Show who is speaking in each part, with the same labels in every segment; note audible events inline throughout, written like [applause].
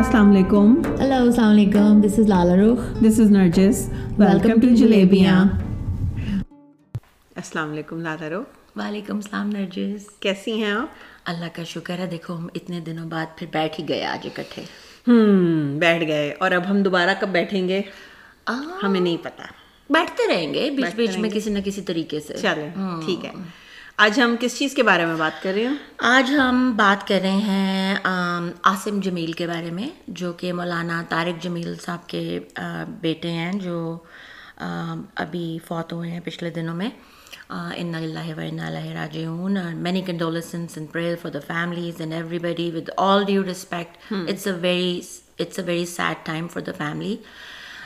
Speaker 1: السلام علیکم
Speaker 2: Hello, Assalamu alaikum. This is Lala Rukh.
Speaker 1: This is Narjis welcome to جلیبیاں السلام علیکم لادارو
Speaker 3: وعلیکم السلام نرجس
Speaker 1: کیسی ہیں آپ
Speaker 3: اللہ کا شکر ہے دیکھو ہم اتنے دنوں بعد پھر بیٹھ ہی گئے آج اکٹھے
Speaker 1: ہوں بیٹھ گئے اور اب ہم دوبارہ کب بیٹھیں گے
Speaker 3: آہ،
Speaker 1: ہمیں نہیں پتا
Speaker 3: بیٹھتے رہیں گے بیچ بیچ میں کسی نہ کسی طریقے سے ہاں۔
Speaker 1: چلیں ٹھیک ہے آج ہم کس چیز کے بارے میں بات کر رہے ہیں
Speaker 3: آج ہم بات کر رہے ہیں آم، عاصم جمیل کے بارے میں جو کہ مولانا طارق جمیل صاحب کے آ، بیٹے ہیں جو آم، ابھی فوت ہوئے ہیں پچھلے دنوں میں ان اللہ و ان اللہ راجعون many condolences and prayer for the families and everybody with all due respect it's a very it's a very sad time for the family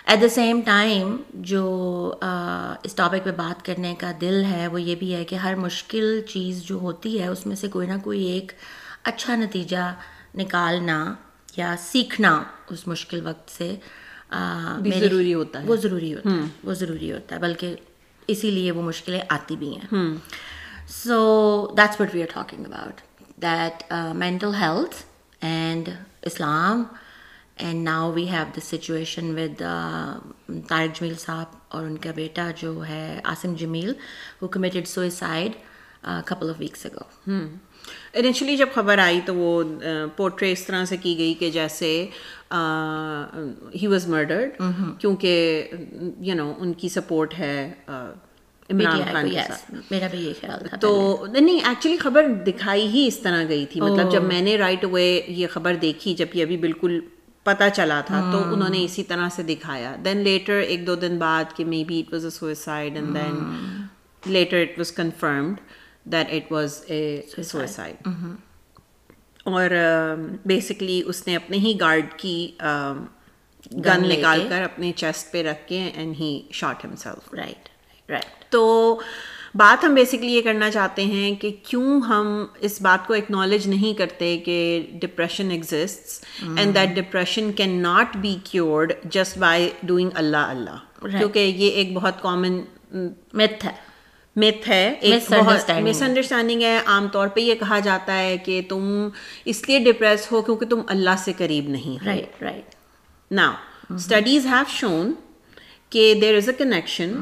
Speaker 3: at the same time جو آ، اس ٹاپک پہ بات کرنے کا دل ہے وہ یہ بھی ہے کہ ہر مشکل چیز جو ہوتی ہے اس میں سے کوئی نہ کوئی ایک اچھا نتیجہ نکالنا یا سیکھنا اس مشکل وقت سے آ،
Speaker 1: بھی
Speaker 3: میرے-
Speaker 1: ضروری ہوتا ہے۔
Speaker 3: وہ ضروری ہوتا ہے وہ ضروری ہوتا ہے بلکہ اسی لیے وہ مشکلیں آتی بھی ہیں so that's what we are talking about that mental health and Islam and now we have this situation with Tariq جمیل صاحب اور ان کا بیٹا جو ہے عاصم جمیل وہ committed suicide couple of weeks ago
Speaker 1: initially جب خبر آئی تو وہ پورٹری اس طرح سے کی گئی کہ جیسے ہی واز مرڈرڈ کیونکہ یو نو ان کی سپورٹ ہے عمران خان کے ساتھ
Speaker 3: میرا بھی یہ خیال تھا
Speaker 1: تو نہیں ایکچولی خبر دکھائی ہی اس طرح گئی تھی مطلب جب میں نے رائٹ اوے یہ خبر دیکھی جب یہ ابھی بالکل پتا چلا تھا تو انہوں نے اسی طرح سے دکھایا دین لیٹر ایک دو دن بعد کہ maybe it was a suicide and then later it was confirmed that it was a suicide اور بیسکلی اس نے اپنے ہی گارڈ کی گن نکال کر اپنے چیسٹ پہ رکھ کے and he shot himself
Speaker 3: right right
Speaker 1: تو بات ہم بیسکلی یہ کرنا چاہتے ہیں کہ کیوں ہم اس بات کو ایکنالج نہیں کرتے کہ depression exists and that depression can not be cured just by doing اللہ اللہ کیونکہ یہ ایک بہت کامن
Speaker 3: میتھ ہے
Speaker 1: میتھ ہے ایک مس انڈرسٹینڈنگ ہے عام طور پہ یہ کہا جاتا ہے کہ تم اس لیے ڈپریس ہو کیونکہ تم اللہ سے قریب نہیں ہو
Speaker 3: رائٹ رائٹ
Speaker 1: نا اسٹڈیز ہیو شون کہ دیر از اے کنیکشن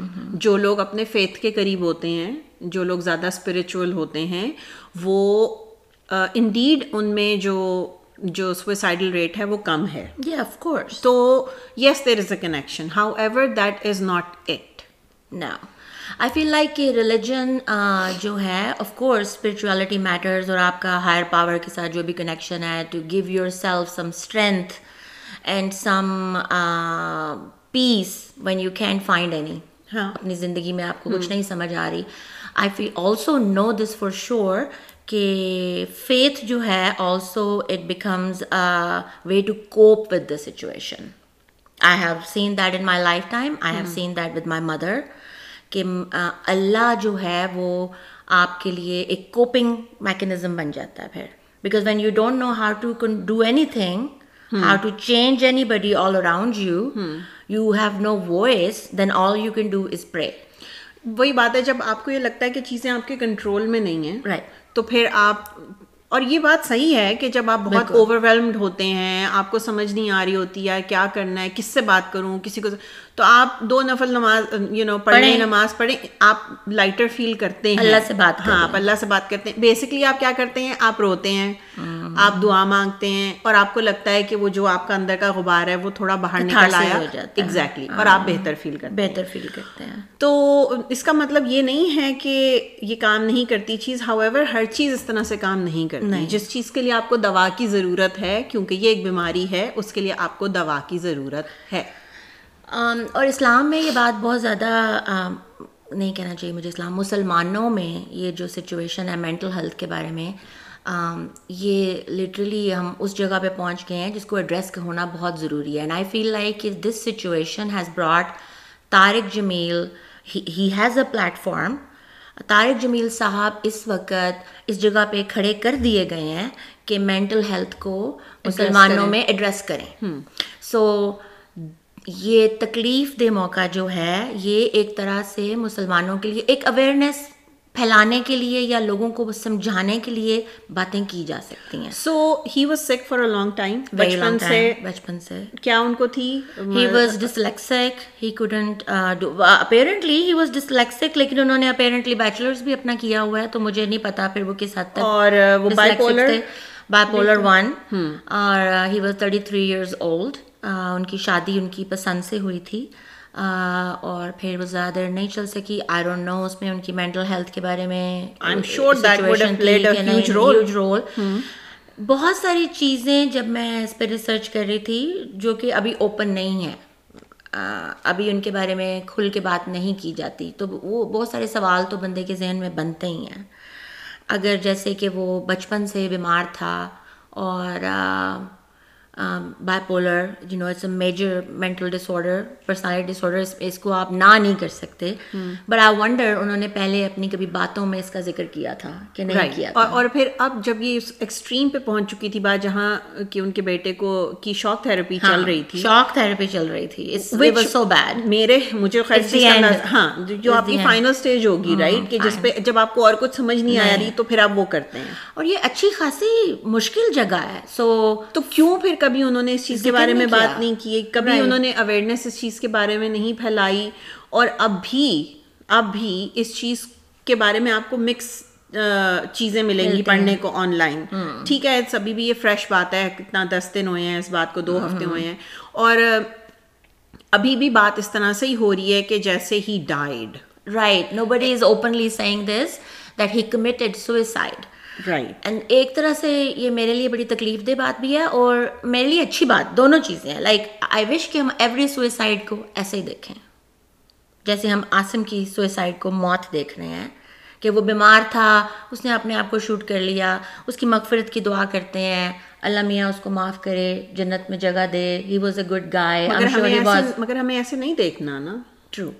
Speaker 1: جو لوگ اپنے فیتھ کے قریب ہوتے ہیں جو لوگ زیادہ اسپریچول ہوتے ہیں وہ انڈیڈ ان میں جو جو سوئسائڈل ریٹ ہے وہ کم ہے
Speaker 3: یہ آف کورس
Speaker 1: تو yes there is a connection how ever that is not it
Speaker 3: نا آئی فیل لائک کہ ریلیجن جو ہے آف کورس اسپرچویلٹی میٹرز اور آپ کا ہائر پاور کے ساتھ جو بھی کنیکشن ہے to give yourself some strength and some uh, peace when you can find any
Speaker 1: ہاں
Speaker 3: اپنی زندگی میں آپ کو کچھ نہیں سمجھ آ رہی I feel also know this for sure کہ فیتھ جو ہے also it becomes way to cope with the situation I have seen that in my lifetime I have seen that with my mother کہ آ، اللہ جو ہے وہ آپ کے لیے ایک کوپنگ میکنزم بن جاتا ہے پھر because when you don't know how to do anything how to change anybody all around you you have no voice then all you can do is pray
Speaker 1: وہی بات ہے جب آپ کو یہ لگتا ہے کہ چیزیں آپ کے کنٹرول میں نہیں ہیں
Speaker 3: رائٹ
Speaker 1: تو پھر آپ اور یہ بات صحیح ہے کہ جب آپ بہت اوور ویلمڈ ہوتے ہیں آپ کو سمجھ نہیں آ رہی ہوتی ہے کیا کرنا ہے کس سے بات کروں کسی کو تو آپ دو نفل نماز یو نو پڑھیں نماز پڑھیں آپ لائٹر فیل کرتے ہیں
Speaker 3: اللہ سے بات
Speaker 1: ہاں آپ اللہ سے بات کرتے ہیں بیسکلی آپ کیا کرتے ہیں آپ روتے ہیں آپ دعا مانگتے ہیں اور آپ کو لگتا ہے کہ وہ جو آپ کا اندر کا غبار ہے وہ تھوڑا باہر نکل آیا ایگزیکٹلی اور آپ بہتر فیل کرتے ہیں
Speaker 3: بہتر فیل کرتے ہیں
Speaker 1: تو اس کا مطلب یہ نہیں ہے کہ یہ کام نہیں کرتی چیز ہاؤ ایور ہر چیز اس طرح سے کام نہیں کرتی جس چیز کے لیے آپ کو دوا کی ضرورت ہے کیونکہ یہ ایک بیماری ہے اس کے لیے آپ کو دوا کی ضرورت ہے
Speaker 3: آم، اور اسلام میں یہ بات بہت زیادہ آم، نہیں کہنا چاہیے مجھے اسلام مسلمانوں میں یہ جو سچویشن ہے مینٹل ہیلتھ کے بارے میں آم، یہ لٹرلی ہم اس جگہ پہ پہنچ گئے ہیں جس کو ایڈریس ہونا بہت ضروری ہے اینڈ آئی فیل لائک کہ this situation has brought Tariq Jamil he has a platform Tariq جمیل صاحب اس وقت اس جگہ پہ کھڑے کر دیے گئے ہیں کہ مینٹل ہیلتھ کو مسلمانوں میں ایڈریس کریں سو یہ تکلیف دہ موقع جو ہے یہ ایک طرح سے مسلمانوں کے لیے ایک اویئرنیس پھیلانے کے لیے یا لوگوں کو سمجھانے کے لیے باتیں کی جا سکتی ہیں
Speaker 1: so he was sick for a long time
Speaker 3: Very long
Speaker 1: بچپن سے
Speaker 3: time، بچپن سے
Speaker 1: کیا ان کو تھی
Speaker 3: he was dyslexic he couldn't uh, apparently he was dyslexic لیکن انہوں نے اپیرنٹلی بیچلرس بھی اپنا کیا ہوا ہے تو مجھے نہیں پتا پھر وہ کس حد تک
Speaker 1: اور وہ bipolar
Speaker 3: bipolar one اور he was thirty three years old ان کی شادی ان کی پسند سے ہوئی تھی اور پھر وہ زیادہ دیر نہیں چل سکی آئی ڈونٹ نو اس میں ان کی مینٹل ہیلتھ کے بارے میں رول
Speaker 1: Hmm.
Speaker 3: بہت ساری چیزیں جب میں اس پہ ریسرچ کر رہی تھی جو کہ ابھی اوپن نہیں ہے ابھی ان کے بارے میں کھل کے بات نہیں کی جاتی تو وہ بہت سارے سوال تو بندے کے ذہن میں بنتے ہی ہیں اگر جیسے کہ وہ بچپن سے بیمار تھا اور bipolar you know it's a major mental disorder personality disorder اس کو آپ نہ نہیں کر سکتے بٹ آئی ونڈر انہوں نے پہلے اپنی کبھی باتوں میں اس کا ذکر کیا تھا کہ نہیں کیا تھا
Speaker 1: اور پھر اب جب یہ ایکسٹریم پہ پہنچ چکی تھی بات جہاں کہ ان کے بیٹے کو کی شاک تھراپی چل
Speaker 3: ہاں۔
Speaker 1: رہی تھی
Speaker 3: شاک تھراپی چل رہی تھی سو بیڈ
Speaker 1: میرے مجھے ہاں جو آپ کی فائنل سٹیج ہوگی رائٹ کہ جس پہ جب آپ کو اور کچھ سمجھ نہیں آ رہی تو پھر آپ وہ کرتے ہیں
Speaker 3: اور یہ اچھی خاصی مشکل جگہ ہے سو
Speaker 1: تو کیوں پھر کبھی انہوں نے اس چیز کے بارے میں بات نہیں کی کبھی انہوں نے اویئرنیس اس چیز کے بارے میں نہیں پھیلائی اور اب بھی اب بھی اس چیز کے بارے میں آپ کو مکس چیزیں ملیں گی پڑھنے کو آن لائن ٹھیک ہے سبھی بھی یہ فریش بات ہے کتنا دس دن ہوئے ہیں اس بات کو دو ہفتے ہوئے ہیں اور ابھی بھی بات اس طرح سے ہی ہو رہی ہے کہ جیسے ہی died
Speaker 3: right nobody is openly saying this that he committed suicide
Speaker 1: right
Speaker 3: and ایک طرح سے یہ میرے لیے بڑی تکلیف دہ بات بھی ہے اور میرے لیے اچھی بات دونوں چیزیں ہیں لائک آئی وش کہ ہم ایوری سوئسائڈ کو ایسے ہی دیکھیں جیسے ہم عاصم کی سوئسائڈ کو موت دیکھ رہے ہیں کہ وہ بیمار تھا اس نے اپنے آپ کو شوٹ کر لیا اس کی مغفرت کی دعا کرتے ہیں اللہ میاں اس کو معاف کرے جنت میں جگہ دے he was a good guy
Speaker 1: مگر ہمیں ایسے نہیں دیکھنا نا
Speaker 3: ٹرو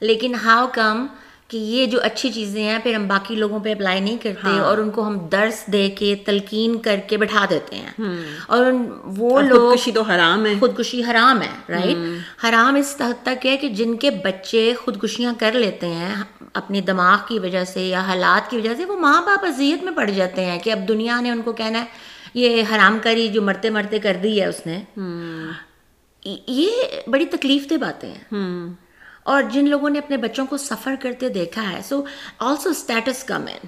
Speaker 3: لیکن ہاؤ کم کہ یہ جو اچھی چیزیں ہیں پھر ہم باقی لوگوں پہ اپلائی نہیں کرتے اور ان کو ہم درس دے کے تلقین کر کے بٹھا دیتے ہیں اور ان- وہ لوگ
Speaker 1: خودکشی تو حرام ہے
Speaker 3: خودکشی حرام ہے رائٹ حرام اس حد تک ہے کہ جن کے بچے خودکشیاں کر لیتے ہیں اپنے دماغ کی وجہ سے یا حالات کی وجہ سے وہ ماں باپ اذیت میں پڑ جاتے ہیں کہ اب دنیا نے ان کو کہنا ہے یہ حرام کاری جو مرتے مرتے کر دی ہے اس نے یہ بڑی تکلیف دہ باتیں ہیں اور جن لوگوں نے اپنے بچوں کو سفر کرتے دیکھا ہے so also status come in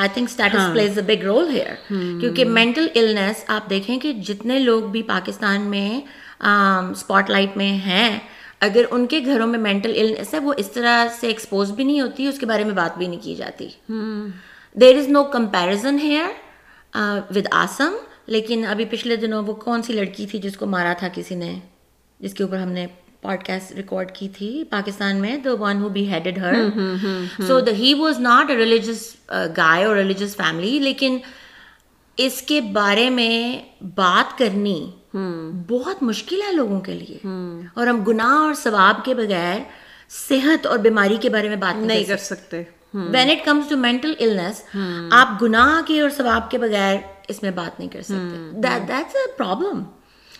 Speaker 3: I think status plays a big role here کیونکہ مینٹل النس آپ دیکھیں کہ جتنے لوگ بھی پاکستان میں اسپاٹ لائٹ میں ہیں اگر ان کے گھروں میں مینٹل النس ہے وہ اس طرح سے ایکسپوز بھی نہیں ہوتی اس کے بارے میں بات بھی نہیں کی جاتی there is no comparison here with awesome لیکن ابھی پچھلے دنوں وہ کون سی لڑکی تھی جس کو مارا تھا کسی نے جس کے اوپر ہم نے پوڈ کاسٹ ریکارڈ کی تھی پاکستان میں the one who be headed her so the he was not a religious guy اور ریلیجس فیملی لیکن اس کے بارے میں بات کرنی بہت مشکل ہے لوگوں کے لیے اور ہم گناہ اور ثواب کے بغیر صحت اور بیماری کے بارے میں بات
Speaker 1: نہیں
Speaker 3: نہیں
Speaker 1: کر سکتے
Speaker 3: when it comes to mental illness آپ گناہ کے اور ثواب کے بغیر اس میں بات نہیں کر سکتے دیٹس اے پرابلم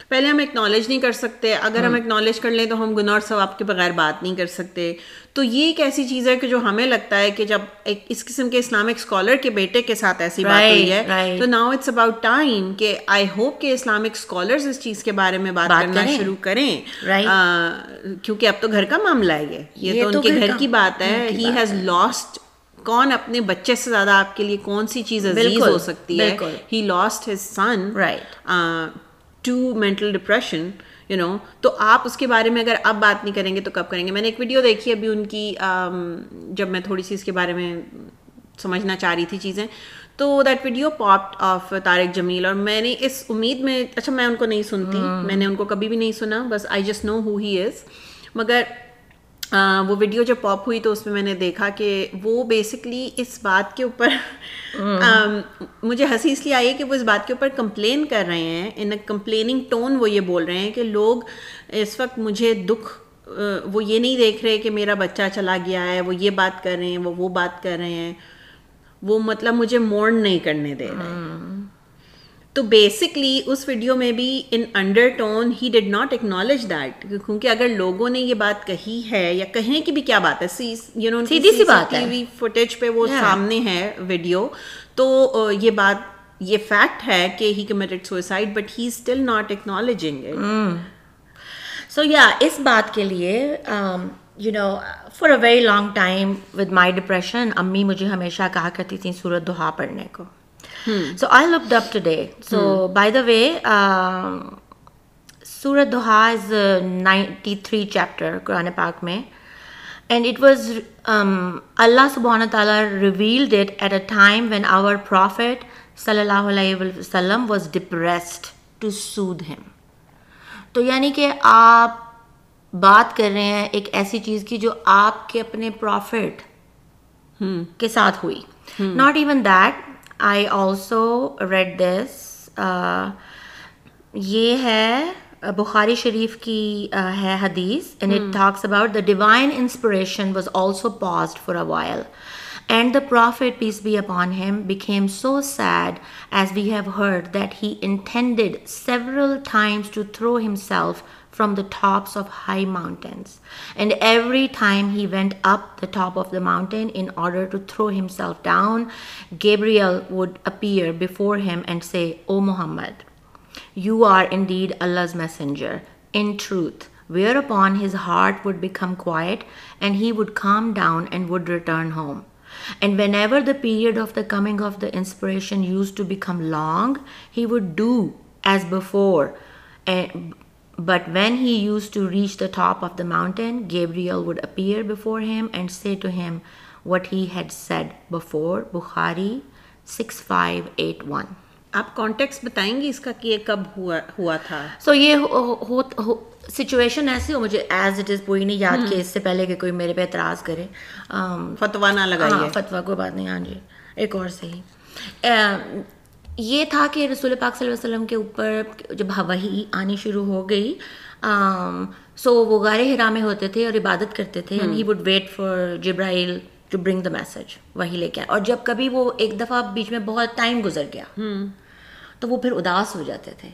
Speaker 1: پہلے ہم اکنالج نہیں کر سکتے اگر ہم اکنالج کر لیں تو ہم گناہ اور ثواب کے بغیر بات نہیں کر سکتے تو یہ ایک ایسی چیز ہے کہ جو ہمیں لگتا ہے کہ جب ایک اس قسم کے اسلامک اسکالر کے بیٹے کے ساتھ ایسی بات ہوئی ہے تو ناؤ اٹس اباؤٹ ٹائم کہ آئی ہوپ کہ اسلامک اسکالرز اس چیز کے بارے میں بات کرنا شروع کریں کیونکہ اب تو گھر کا معاملہ ہے یہ یہ تو ان کے گھر کی بات ہے ہی ہیز لاسٹ کون اپنے بچے سے زیادہ آپ کے لیے کون سی چیز عزیز ہو سکتی ہے he lost his son Uh, to mental depression you know تو آپ اس کے بارے میں اگر اب بات نہیں کریں گے تو کب کریں گے میں نے ایک ویڈیو دیکھی ابھی ان کی جب میں تھوڑی سی اس کے بارے میں سمجھنا چاہ رہی تھی چیزیں تو that video pop of Tariq Jamil اور میں نے اس امید میں اچھا میں ان کو نہیں سنتی میں نے ان کو کبھی بھی نہیں سنا بس I just know who he is مگر وہ ویڈیو جب پاپ ہوئی تو اس میں میں نے دیکھا کہ وہ بیسکلی اس بات کے اوپر مجھے ہنسی اس لیے آئی ہے کہ وہ اس بات کے اوپر کمپلین کر رہے ہیں ان اے کمپلیننگ ٹون وہ یہ بول رہے ہیں کہ لوگ اس وقت مجھے دکھ وہ یہ نہیں دیکھ رہے کہ میرا بچہ چلا گیا ہے وہ یہ بات کر رہے ہیں وہ وہ بات کر رہے ہیں وہ مطلب مجھے مورن نہیں کرنے دے رہے تو بیسکلی اس ویڈیو میں بھی in undertone he did not acknowledge that کیونکہ اگر لوگوں نے یہ بات کہی ہے یا کہنے کی بھی کیا بات ہے سی یو نو
Speaker 3: سیدھی سی بات ہے۔
Speaker 1: فوٹیج پہ وہ سامنے ہے ویڈیو تو یہ بات یہ فیکٹ ہے کہ he committed suicide but he still not acknowledging
Speaker 3: Mm. So یا اس بات کے لیے you know for a very long time with my depression امی مجھے ہمیشہ کہا کرتی تھیں سورت دہا پڑھنے کو so I looked up today so by the way um, Surah Duha is ninety three chapter Quran پاک میں اینڈ اٹ واز اللہ سبحانہ تعالیٰ revealed it at a time when our prophet صلی اللہ علیہ وسلم واز ڈپریسڈ ٹو سود ہم تو یعنی کہ آپ بات کر رہے ہیں ایک ایسی چیز کی جو آپ کے اپنے پروفٹ کے ساتھ ہوئی not even that I also read this uh, یہ ہے بخاری شریف کی ہے حدیث and it talks about the divine inspiration was also paused for a while. And the Prophet, peace be upon him, became so sad, as we have heard, that he intended several times to throw himself from the tops of high mountains. And every time he went up the top of the mountain in order to throw himself down, Gabriel would appear before him and say, O Muhammad, you are indeed Allah's messenger, in truth. Whereupon his heart would become quiet and he would calm down. And would return home and whenever the period of the coming of the inspiration used to become long he would do as before Eh, but when he used to reach the top of the mountain Gabriel would appear before him and say to him what he had said before Bukhari six five eight one
Speaker 1: آپ context بتائیں گے اس کا کہ یہ کب ہوا ہوا تھا
Speaker 3: سو یہ سچویشن ایسی ہو مجھے ایز اٹ از پوری نہیں یاد کہ اس سے پہلے کہ کوئی میرے پہ اعتراض کرے ہاں،
Speaker 1: فتوا نہ لگائیے
Speaker 3: فتویٰ کو بات نہیں ہاں جی ایک اور صحیح یہ تھا کہ رسول پاک صلی اللہ علیہ وسلم کے اوپر جب وہی آنی شروع ہو گئی سو وہ غار ہرا میں ہوتے تھے اور عبادت کرتے تھے یعنی and he would wait for Jibrail to bring the message وہی لے کے آئے اور جب کبھی وہ ایک دفعہ بیچ میں بہت ٹائم گزر گیا
Speaker 1: Hmm.
Speaker 3: تو وہ پھر اداس ہو جاتے تھے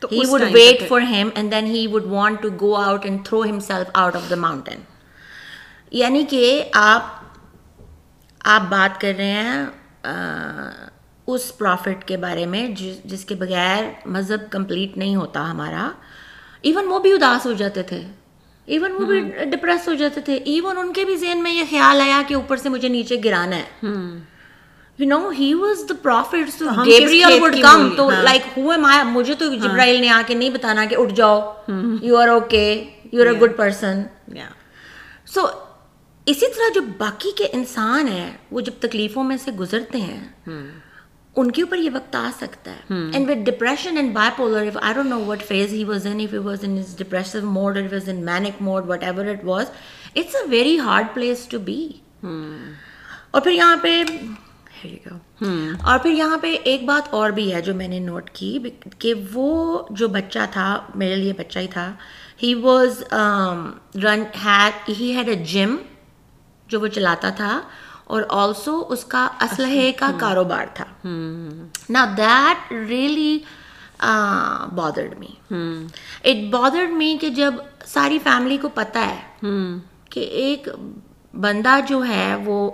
Speaker 1: تو
Speaker 3: he would wait for him and then he would want to go out and throw himself out of the mountain یعنی کہ آپ آپ بات کر رہے ہیں اس پرافٹ کے بارے میں جس کے بغیر مذہب کمپلیٹ نہیں ہوتا ہمارا ایون وہ بھی اداس ہو جاتے تھے ایون وہ بھی ڈپریس ہو جاتے تھے ایون ان کے بھی ذہن میں یہ خیال آیا کہ اوپر سے مجھے نیچے گرانا ہے you know he was the prophet
Speaker 1: ہم کس
Speaker 3: گیبریل
Speaker 1: کھیت
Speaker 3: وڈ
Speaker 1: کی
Speaker 3: کم
Speaker 1: ہوئی؟
Speaker 3: تو
Speaker 1: ہاں۔
Speaker 3: لائک ہو ایم آئی مجھے تو جبرائیل نے آ کے نہیں بتانا کہ اٹھ جاؤ you are okay you are a good person
Speaker 1: Yeah.
Speaker 3: So اسی طرح جو باقی کے انسان ہیں وہ جب تکلیفوں میں سے گزرتے ہیں ان کے اوپر یہ وقت آ سکتا ہے and with depression and bipolar if I don't know what phase he was in if was in depressive mood it was in manic mood whatever it was it's a very hard place to be اور پھر یہاں پہ Here you go. اور پھر یہاں پہ ایک بات اور بھی ہے جو میں نے نوٹ کی بک- کہ وہ جو بچہ تھا میرے لیے بچہ ہی تھا um, he was run had he had a gym جو وہ چلاتا تھا اور آلسو اس کا اسلحے کا کاروبار تھا
Speaker 1: Hmm.
Speaker 3: نا that really uh, bothered me
Speaker 1: Hmm.
Speaker 3: It bothered me کہ جب ساری فیملی کو پتہ ہے
Speaker 1: Hmm.
Speaker 3: کہ ایک بندہ جو ہے وہ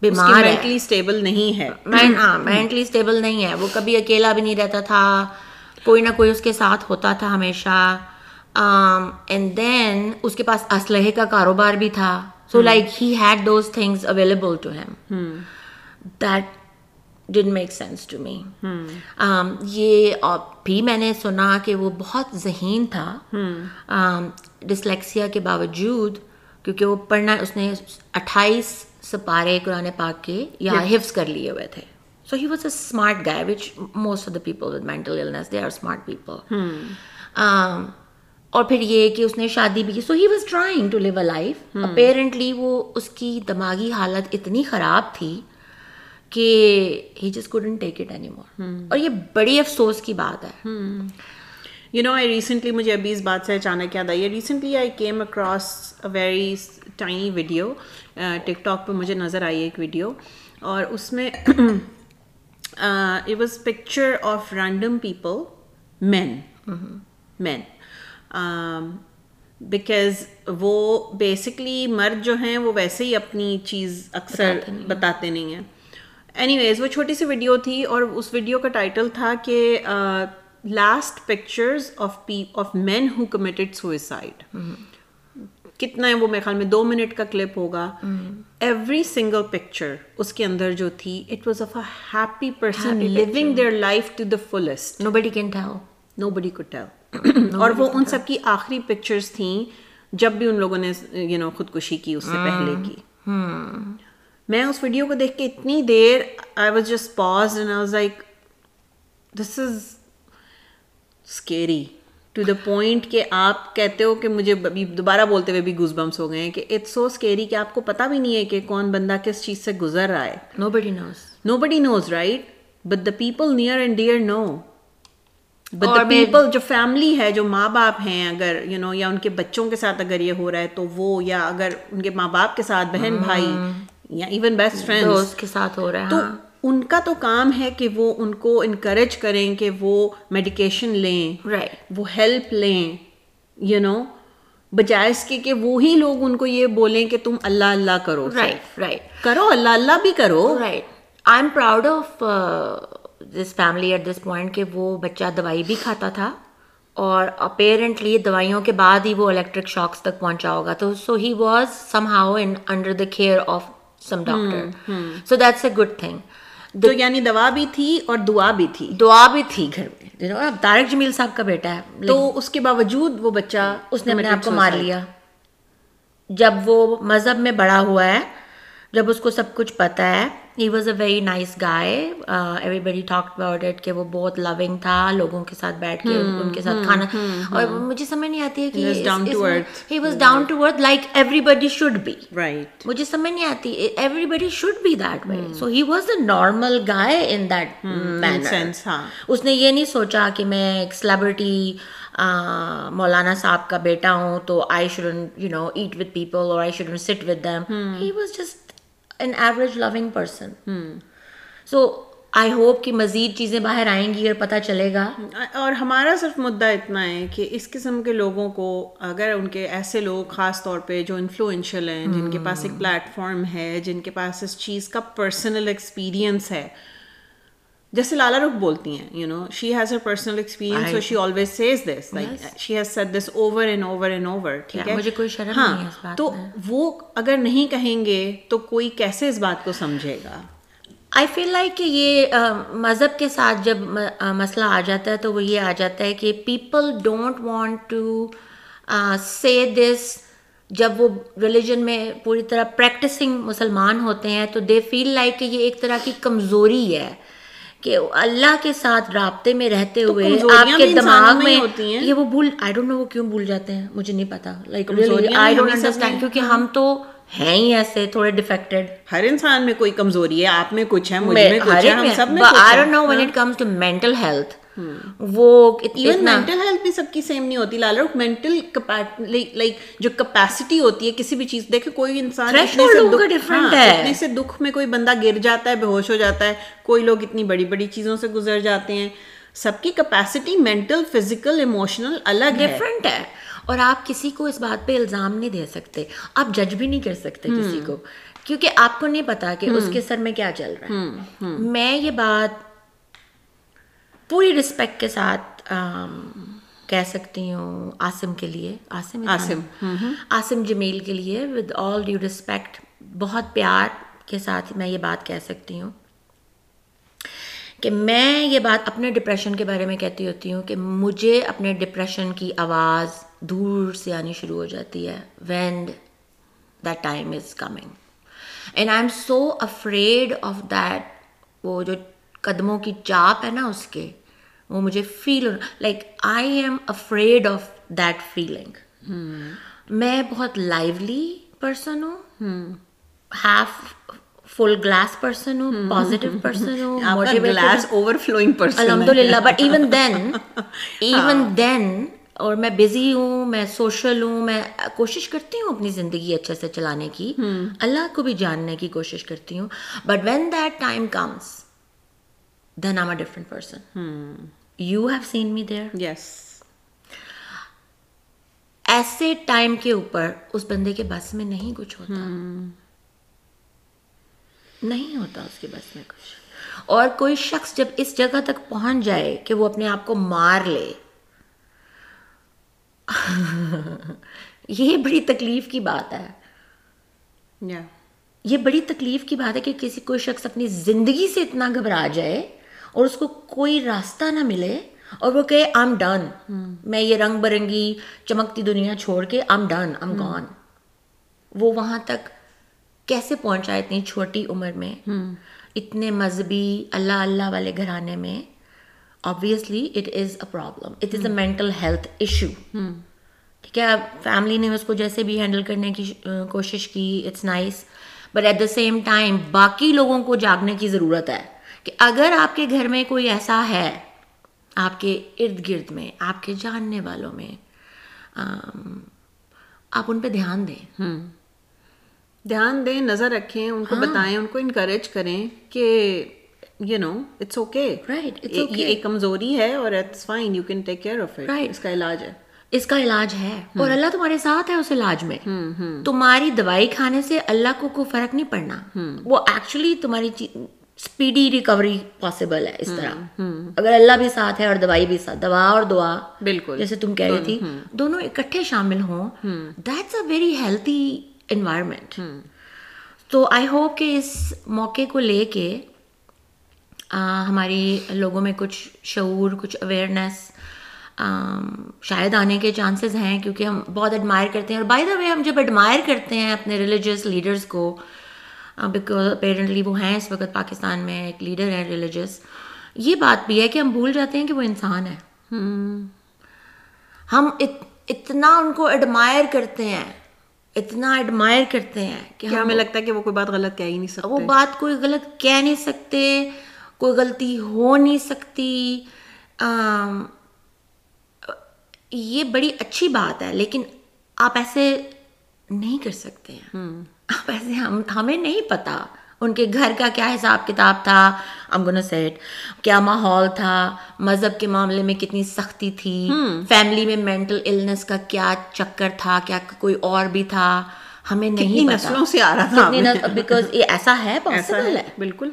Speaker 3: بیمار ہے
Speaker 1: مینٹلی اسٹیبل نہیں ہے
Speaker 3: مین- ہاں مینٹلی اسٹیبل نہیں ہے وہ کبھی اکیلا بھی نہیں رہتا تھا کوئی نہ کوئی اس کے ساتھ ہوتا تھا ہمیشہ اینڈ دین اس کے پاس اسلحے کا کاروبار بھی تھا so like he had those things available to him
Speaker 1: Hmm.
Speaker 3: That don't make sense to me Um, یہ اور بھی میں نے سنا کہ وہ بہت ذہین تھا ڈسلیکسیا کے باوجود کیونکہ وہ پڑھنا اس نے اٹھائیس سپارے قرآن پاک کے یا حفظ کر لیے ہوئے تھے so he was a smart guy which most of the people with mental illness they are smart people Um, اور پھر یہ کہ اس نے شادی بھی کی so he was trying to live a life apparently وہ اس کی دماغی حالت اتنی خراب تھی کہ ہی جس couldn't take it anymore اور یہ بڑی افسوس کی بات ہے
Speaker 1: یو نو آئی ریسنٹلی مجھے ابھی اس بات سے اچانک یاد آئی ہے recently I came across a very tiny uh, video TikTok پہ مجھے نظر آئی ایک ویڈیو اور اس میں [clears throat] uh, it was picture of random people men men um, because وہ بیسکلی مرد جو ہیں وہ ویسے ہی اپنی چیز اکثر بتاتے نہیں ہیں اینی ویز وہ چھوٹی سی ویڈیو تھی اور اس ویڈیو کا ٹائٹل تھا کہ uh, last pictures of of main who committed suicide کتنا ہے وہ میرے خیال میں دو منٹ کا کلپ ہوگا ایوری سنگل پکچر اس کے اندر جو تھی it was of a happy person living their life to the fullest
Speaker 3: nobody can ٹھہو
Speaker 1: نو بڈی کو [clears throat] ٹیل اور وہ ان سب کی آخری پکچرز تھیں جب بھی ان لوگوں نے یو نو خودکشی کی اس سے پہلے کی میں اس ویڈیو کو دیکھ کے اتنی دیر I was just pause and I was like this is scary to the point کہ آپ کہتے ہو کہ مجھے ابھی دوبارہ بولتے ہوئے بھی گز بمس ہو گئے ہیں کہ اٹس سو اسکیری کہ آپ کو پتہ بھی نہیں ہے کہ کون بندہ کس چیز سے گزر رہا ہے
Speaker 3: nobody knows
Speaker 1: nobody knows right but the people near and dear know but
Speaker 3: اور
Speaker 1: دا
Speaker 3: میں-
Speaker 1: پیپل جو فیملی ہے جو ماں باپ ہیں اگر یو نو یا ان کے بچوں کے ساتھ اگر یہ ہو رہا ہے تو وہ یا اگر ان کے ماں باپ کے ساتھ بہن بھائی یا ایون بیسٹ فرینڈ
Speaker 3: دوست کے ساتھ ہو رہا
Speaker 1: تو
Speaker 3: ہے
Speaker 1: ان کا تو کام ہے کہ وہ ان کو انکریج کریں کہ وہ میڈیکیشن لیں
Speaker 3: رائٹ
Speaker 1: وہ ہیلپ لیں یو نو بجائے اس کے کہ وہی لوگ ان کو یہ بولیں کہ تم اللہ اللہ کرو
Speaker 3: رائٹ رائٹ
Speaker 1: کرو اللہ اللہ بھی کرو
Speaker 3: right I'm proud of uh, this family at this point کہ وہ بچہ دوائی بھی کھاتا تھا اور اپیرنٹلی دوائیوں کے بعد ہی وہ الیکٹرک شاکس تک پہنچا ہوگا تو so he was somehow under the care of some doctor so that's a good thing
Speaker 1: تو یعنی دوا بھی تھی اور دعا بھی تھی
Speaker 3: دعا بھی تھی گھر میں You know, اب تارک جمیل صاحب کا بیٹا ہے
Speaker 1: تو اس کے باوجود وہ بچہ
Speaker 3: اس نے اپنے آپ کو مار لیا جب وہ مذہب میں بڑا ہوا ہے جب اس کو سب کچھ پتہ ہے he was a very nice guy everybody talk about it کہ وہ بہت لونگ تھا لوگوں کے ساتھ بیٹھ کے ان کے ساتھ کھانا اور مجھے سمجھ نہیں آتی ہے کہ he was down to earth like everybody should be
Speaker 1: right
Speaker 3: مجھے سمجھ نہیں آتی everybody should be that way so he was a normal guy in that manner
Speaker 1: sense ہاں
Speaker 3: اس نے یہ نہیں سوچا کہ میں ایک سیلیبریٹی ah, مولانا صاحب کا بیٹا ہوں تو I shouldn't you know eat with people اور I shouldn't sit with them he was just an average loving person so I hope کہ مزید چیزیں باہر آئیں گی اور پتہ چلے گا
Speaker 1: اور ہمارا صرف مدعا اتنا ہے کہ اس قسم کے لوگوں کو اگر ان کے ایسے لوگ خاص طور پہ جو انفلوئنشل ہیں جن کے پاس ایک
Speaker 3: Hmm.
Speaker 1: پلیٹ فارم ہے جن کے پاس اس چیز کا پرسنل ایکسپیرینس ہے جیسے لالا رخ بولتی ہیں you know she has a personal experience so she always says this like she has said this over and over and over ٹھیک ہے
Speaker 3: مجھے کوئی شرم نہیں ہے اس
Speaker 1: ہاں
Speaker 3: بات
Speaker 1: تو وہ اگر نہیں کہیں گے تو کوئی کیسے اس بات کو سمجھے گا
Speaker 3: آئی فیل لائک کہ یہ مذہب کے ساتھ جب مسئلہ آ جاتا ہے تو وہ یہ آ جاتا ہے کہ people don't want to say this جب وہ ریلیجن میں پوری طرح پریکٹسنگ مسلمان ہوتے ہیں تو دے فیل لائک کہ یہ ایک طرح کی کمزوری ہے کہ اللہ کے ساتھ رابطے میں رہتے ہوئے آپ کے دماغ میں یہ وہ بھول آئی ڈونٹ نو وہ کیوں بھول جاتے ہیں مجھے نہیں پتا لائک آئی ڈونٹ انڈرسٹینڈ کیونکہ ہم تو ہیں ہی ایسے تھوڑے ڈیفیکٹڈ
Speaker 1: ہر انسان میں کوئی کمزوری ہے آپ میں کچھ ہے مجھ میں کچھ ہے ہم سب میں کچھ ہے ایون
Speaker 3: مینٹل
Speaker 1: مینٹل ہیلتھ بھی سب کی سیم نہیں ہوتی لال روک مینٹل لائک جو کیپیسٹی ہوتی ہے کسی بھی چیز دیکھے کوئی انسان اتنے سے دکھ- ہاں، اتنے سے دکھ میں کوئی بندہ گر جاتا ہے بے ہوش ہو جاتا ہے کوئی لوگ اتنی بڑی بڑی چیزوں سے گزر جاتے ہیں سب کی کیپیسٹی مینٹل فزیکل ایموشنل الگ ہے
Speaker 3: ڈفرینٹ ہے اور آپ کسی کو اس بات پہ الزام نہیں دے سکتے آپ جج بھی نہیں کر سکتے کسی کو کیونکہ آپ کو نہیں پتا کہ اس کے سر میں کیا چل رہا ہے میں یہ بات پوری رسپیکٹ کے ساتھ کہہ سکتی ہوں عاصم کے لیے عاصم عاصم جمیل کے لیے ود آل ڈیو رسپیکٹ بہت پیار کے ساتھ میں یہ بات کہہ سکتی ہوں کہ میں یہ بات اپنے ڈپریشن کے بارے میں کہتی ہوتی ہوں کہ مجھے اپنے ڈپریشن کی آواز دور سے آنی شروع ہو جاتی ہے when that time is coming and I'm so afraid of that وہ جو قدموں کی چاپ ہے نا اس کے وہ مجھے feel like I'm afraid of that feeling
Speaker 1: Hmm.
Speaker 3: میں بہت لائیولی پرسن
Speaker 1: Hmm.
Speaker 3: ہوں ہاف فل گلاس پرسن ہوں پازیٹیو پرسن ہوں
Speaker 1: Hmm. [laughs] آپ کا
Speaker 3: motivated
Speaker 1: glass overflowing person
Speaker 3: الحمد للہ but even then even then اور میں بزی ہوں میں سوشل ہوں میں کوشش کرتی ہوں اپنی زندگی اچھے سے چلانے کی اللہ کو بھی جاننے کی کوشش کرتی ہوں but when that time comes then I'm a different person. You have seen me there.
Speaker 1: Yes
Speaker 3: ایسے ٹائم کے اوپر اس بندے کے بس میں نہیں کچھ ہوتا نہیں ہوتا اس کے بس میں کچھ اور کوئی شخص جب اس جگہ تک پہنچ جائے کہ وہ اپنے آپ کو مار لے [laughs] یہ بڑی تکلیف کی بات ہے
Speaker 1: یا
Speaker 3: یہ بڑی تکلیف کی بات ہے کہ کسی کوئی شخص اپنی زندگی سے اتنا گھبرا جائے اور اس کو کوئی راستہ نہ ملے اور وہ کہے آئی ایم ڈن میں یہ رنگ برنگی چمکتی دنیا چھوڑ کے I'm done I'm gone وہ وہاں تک کیسے پہنچا اتنی چھوٹی عمر میں اتنے مذہبی اللہ اللہ والے گھرانے میں obviously it is a problem it is a mental health issue ٹھیک ہے فیملی نے اس کو جیسے بھی ہینڈل کرنے کی اہ، کوشش کی it's nice but at the same time باقی لوگوں کو جاگنے کی ضرورت ہے کہ اگر آپ کے گھر میں کوئی ایسا ہے آپ کے ارد گرد میں آپ کے جاننے والوں میں آم، آپ ان پہ دھیان دیں
Speaker 1: دھیان دیں نظر رکھیں ان
Speaker 3: ہاں۔
Speaker 1: کو بتائیں ان کو انکریج کریں کہ you know it's okay
Speaker 3: Right, it's okay.
Speaker 1: یہ ایک کمزوری ہے اور it's fine you can take care of it
Speaker 3: Right.
Speaker 1: اس کا علاج ہے
Speaker 3: اس کا علاج ہے اور اللہ تمہارے ساتھ ہے اس علاج میں تمہاری دوائی کھانے سے اللہ کو کوئی فرق نہیں پڑنا وہ ایکچولی تمہاری اسپیڈی ریکوری پاسبل ہے اس طرح اگر اللہ بھی ساتھ ہے اور دوائی بھی ساتھ دوا اور دعا
Speaker 1: بالکل
Speaker 3: جیسے تم کہہ رہی تھی دونوں اکٹھے شامل ہوں that's a very healthy environment تو آئی ہوپ کہ اس موقع کو لے کے ہماری لوگوں میں کچھ شعور کچھ اویئرنیس شاید آنے کے چانسز ہیں کیونکہ ہم بہت ایڈمائر کرتے ہیں اور بائی دا وے ہم جب ایڈمائر کرتے ہیں اپنے ریلیجیس لیڈرس کو بیکاز اپیرنٹلی وہ ہیں اس وقت پاکستان میں ایک لیڈر ہیں ریلیجیس یہ بات بھی ہے کہ ہم بھول جاتے ہیں کہ وہ انسان ہے ہم ات- اتنا ان کو ایڈمائر کرتے ہیں اتنا ایڈمائر کرتے ہیں کہ
Speaker 1: کیا ہمیں لگتا ہے کہ وہ کوئی بات غلط کہہ ہی نہیں
Speaker 3: وہ
Speaker 1: سکتے
Speaker 3: بات کوئی غلط کہہ نہیں سکتے کوئی غلطی ہو نہیں سکتی آم، یہ بڑی اچھی بات ہے لیکن آپ ایسے نہیں کر سکتے ہیں آپ ایسے ہم ہمیں نہیں پتا ان کے گھر کا کیا حساب کتاب تھا ام گن سیٹ کیا ماحول تھا مذہب کے معاملے میں کتنی سختی تھی فیملی میں مینٹل النس کا کیا چکر تھا کیا کوئی اور بھی تھا ہمیں نہیں پتا
Speaker 1: نسلوں سے آ رہا
Speaker 3: کتنی
Speaker 1: تھا
Speaker 3: نہ- because یہ ایسا ہے پاسبل ہے
Speaker 1: بالکل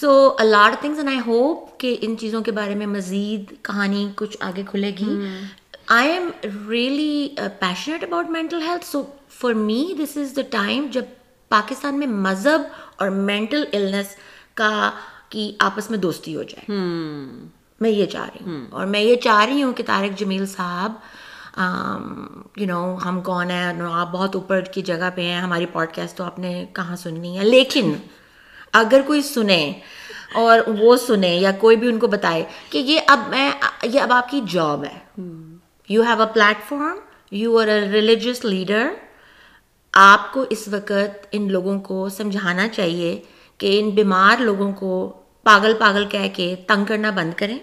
Speaker 3: so lot things and I hope کہ ان چیزوں کے بارے میں مزید کہانی کچھ آگے کھلے گی I am really passionate about mental health so for me this is the time جب پاکستان میں مذہب اور مینٹل النس کا کی آپس میں دوستی ہو جائے میں یہ چاہ رہی ہوں اور میں یہ چاہ رہی ہوں کہ طارق جمیل صاحب یو نو ہم کون ہیں نو آپ بہت اوپر کی جگہ پہ ہیں ہماری پوڈ کاسٹ تو آپ نے کہاں سننی ہے لیکن اگر کوئی سنے اور وہ سنے یا کوئی بھی ان کو بتائے کہ یہ اب میں یہ اب آپ کی جاب ہے you have a platform you are a religious leader آپ کو اس وقت ان لوگوں کو سمجھانا چاہیے کہ ان بیمار لوگوں کو پاگل پاگل کہہ کے تنگ کرنا بند کریں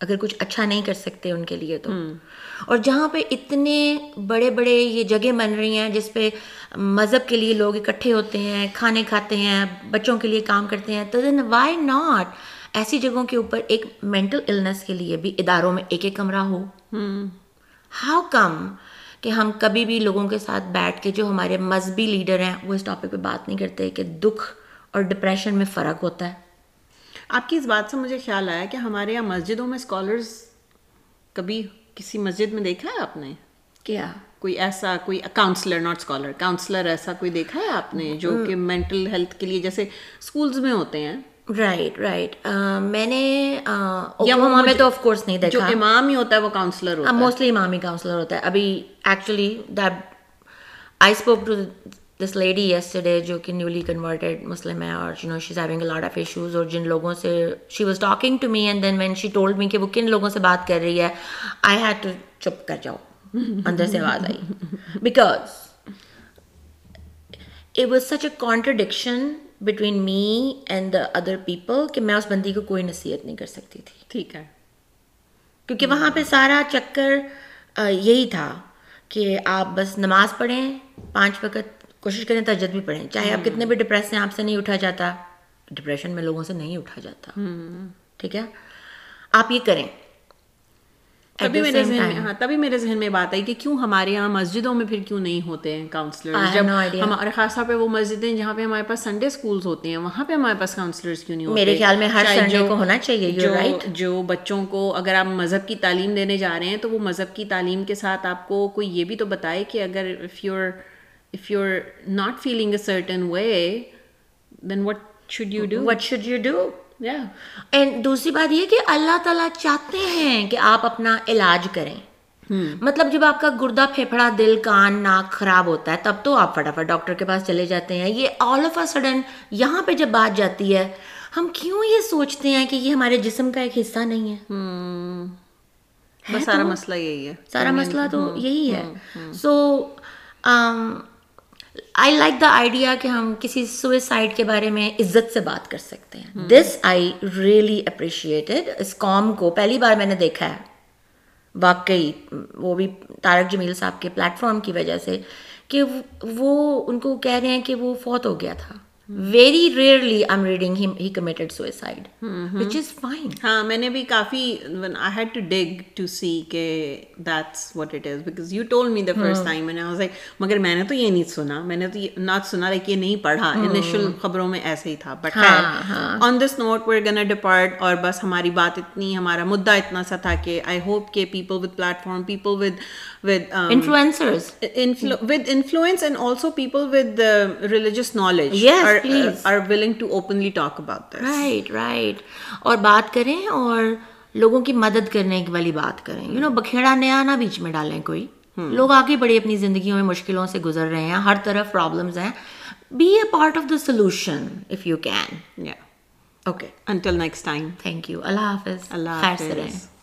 Speaker 3: اگر کچھ اچھا نہیں کر سکتے ان کے لیے تو اور جہاں پہ اتنے بڑے بڑے یہ جگہ بن رہی ہیں جس پہ مذہب کے لیے لوگ اکٹھے ہوتے ہیں کھانے کھاتے ہیں بچوں کے لیے کام کرتے ہیں تو دین وائی ناٹ ایسی جگہوں کے اوپر ایک مینٹل النس کے لیے بھی اداروں میں ایک ایک کمرہ ہو ہاؤ کم کہ ہم کبھی بھی لوگوں کے ساتھ بیٹھ کے جو ہمارے مذہبی لیڈر ہیں وہ اس ٹاپک پہ بات نہیں کرتے کہ دکھ اور ڈپریشن میں فرق ہوتا ہے
Speaker 1: آپ کی اس بات سے مجھے خیال آیا کہ ہمارے یہاں مسجدوں میں اسکالرز کبھی کسی مسجد میں دیکھا ہے آپ نے
Speaker 3: کیا
Speaker 1: کوئی ایسا کوئی کاؤنسلر ناٹ اسکالر کاؤنسلر ایسا کوئی دیکھا ہے آپ نے جو کہ مینٹل ہیلتھ کے لیے جیسے اسکولز میں ہوتے ہیں
Speaker 3: رائٹ رائٹ Uh, میں نے اوکلاہوما میں تو آف کورس نہیں
Speaker 1: جو
Speaker 3: دیکھا ہاں،
Speaker 1: امام ہی ہوتا ہے وہ کاؤنسلر ہوتا ہے
Speaker 3: موسٹلی امامی کاؤنسلر ہوتا ہے ابھی actually that I spoke to this lady yesterday جو کہ نیولی کنورٹیڈ مسلم ہے اور you know she's having lot of issues اور جن لوگوں سے she was talking to me and then when she told me کہ وہ کن لوگوں سے بات کر رہی ہے آئی ہیڈ ٹو چپ کر جاؤ اندر سے آواز آئی because it was such a contradiction between me and the other people کہ میں اس بندی کو کوئی نصیحت نہیں کر سکتی تھی
Speaker 1: ٹھیک ہے
Speaker 3: کیونکہ وہاں پہ سارا چکر آ، یہی تھا کہ آپ بس نماز پڑھیں پانچ وقت کوشش کریں تجد بھی پڑھیں چاہے آپ کتنے بھی ڈپریس ہیں آپ سے نہیں اٹھا جاتا ڈپریشن میں لوگوں سے نہیں اٹھا جاتا ٹھیک ہے آپ یہ کریں At
Speaker 1: تبھی
Speaker 3: the
Speaker 1: میرے
Speaker 3: same
Speaker 1: ذہن میں
Speaker 3: time-
Speaker 1: ہاں تبھی میرے ذہن میں بات آئی کہ کیوں ہمارے یہاں مسجدوں میں پھر کیوں نہیں ہوتے ہیں
Speaker 3: I
Speaker 1: کاؤنسلر
Speaker 3: have
Speaker 1: جب
Speaker 3: no idea.
Speaker 1: ہمارے خاص طور پہ وہ مسجدیں جہاں پہ ہمارے پاس سنڈے سکولز ہوتے ہیں وہاں پہ ہمارے پاس کاؤنسلرز کیوں نہیں ہوتے
Speaker 3: میرے خیال میں ہر
Speaker 1: شاید
Speaker 3: Sunday
Speaker 1: جو-
Speaker 3: کو ہونا چاہیے, you're
Speaker 1: جو
Speaker 3: right.
Speaker 1: جو بچوں کو اگر آپ مذہب کی تعلیم دینے جا رہے ہیں تو وہ مذہب کی تعلیم کے ساتھ آپ کو کوئی یہ بھی تو بتائے کہ اگر if your if your not feeling a certain way then what should you do
Speaker 3: What should you do?
Speaker 1: یا
Speaker 3: اینڈ دوسری بات یہ کہ اللہ تعالیٰ چاہتے ہیں کہ آپ اپنا علاج کریں مطلب جب آپ کا گردہ پھیپھڑا دل کان ناک خراب ہوتا ہے تب تو آپ فٹافٹ ڈاکٹر کے پاس چلے جاتے ہیں یہ آل آف اے سڈن یہاں پہ جب بات جاتی ہے ہم کیوں یہ سوچتے ہیں کہ یہ ہمارے جسم کا ایک حصہ نہیں ہے hmm.
Speaker 1: بس سارا مسئلہ یہی ہے
Speaker 3: سارا مسئلہ تو یہی ہے so um, I like the idea کہ ہم کسی سوئسائڈ کے بارے میں عزت سے بات کر سکتے ہیں دس آئی ریئلی اپریشیٹڈ اس قوم کو پہلی بار میں نے دیکھا ہے واقعی وہ بھی تارک جمیل صاحب کے پلیٹ فارم کی وجہ سے کہ وہ ان کو کہہ رہے ہیں کہ وہ فوت ہو گیا تھا very rarely I'm reading he committed suicide which is fine
Speaker 1: ہاں میں نے بھی کافی I had to dig to see کہ that's what it is because you told me the first
Speaker 3: ہاں۔
Speaker 1: Time and I was like مگر میں نے تو یہ نہیں سنا میں نے تو یہ ناٹ سنا لائک یہ نہیں پڑھا
Speaker 3: ہاں۔
Speaker 1: انیشل خبروں میں ایسے ہی تھا but on this note we're gonna depart اور بس ہماری بات اتنی ہمارا مدعا اتنا سا تھا کہ آئی ہوپ کہ people with platform people with with
Speaker 3: influencers
Speaker 1: um, with influence and also people with uh, religious knowledge
Speaker 3: Yes,
Speaker 1: are,
Speaker 3: please.
Speaker 1: are willing to openly talk about this
Speaker 3: right right اور بات کریں اور لوگوں کی مدد کرنے کی والی بات کریں یو نو بکھیڑا نیا نہ بیچ میں ڈالیں کوئی
Speaker 1: Hmm.
Speaker 3: لوگ آگے بڑی اپنی زندگیوں میں مشکلوں سے گزر رہے ہیں ہر طرف پرابلمز ہیں be a part of the solution if you can
Speaker 1: yeah
Speaker 3: okay
Speaker 1: until next time
Speaker 3: thank you اللہ حافظ
Speaker 1: اللہ
Speaker 3: خیر سے
Speaker 1: حافظ
Speaker 3: رہیں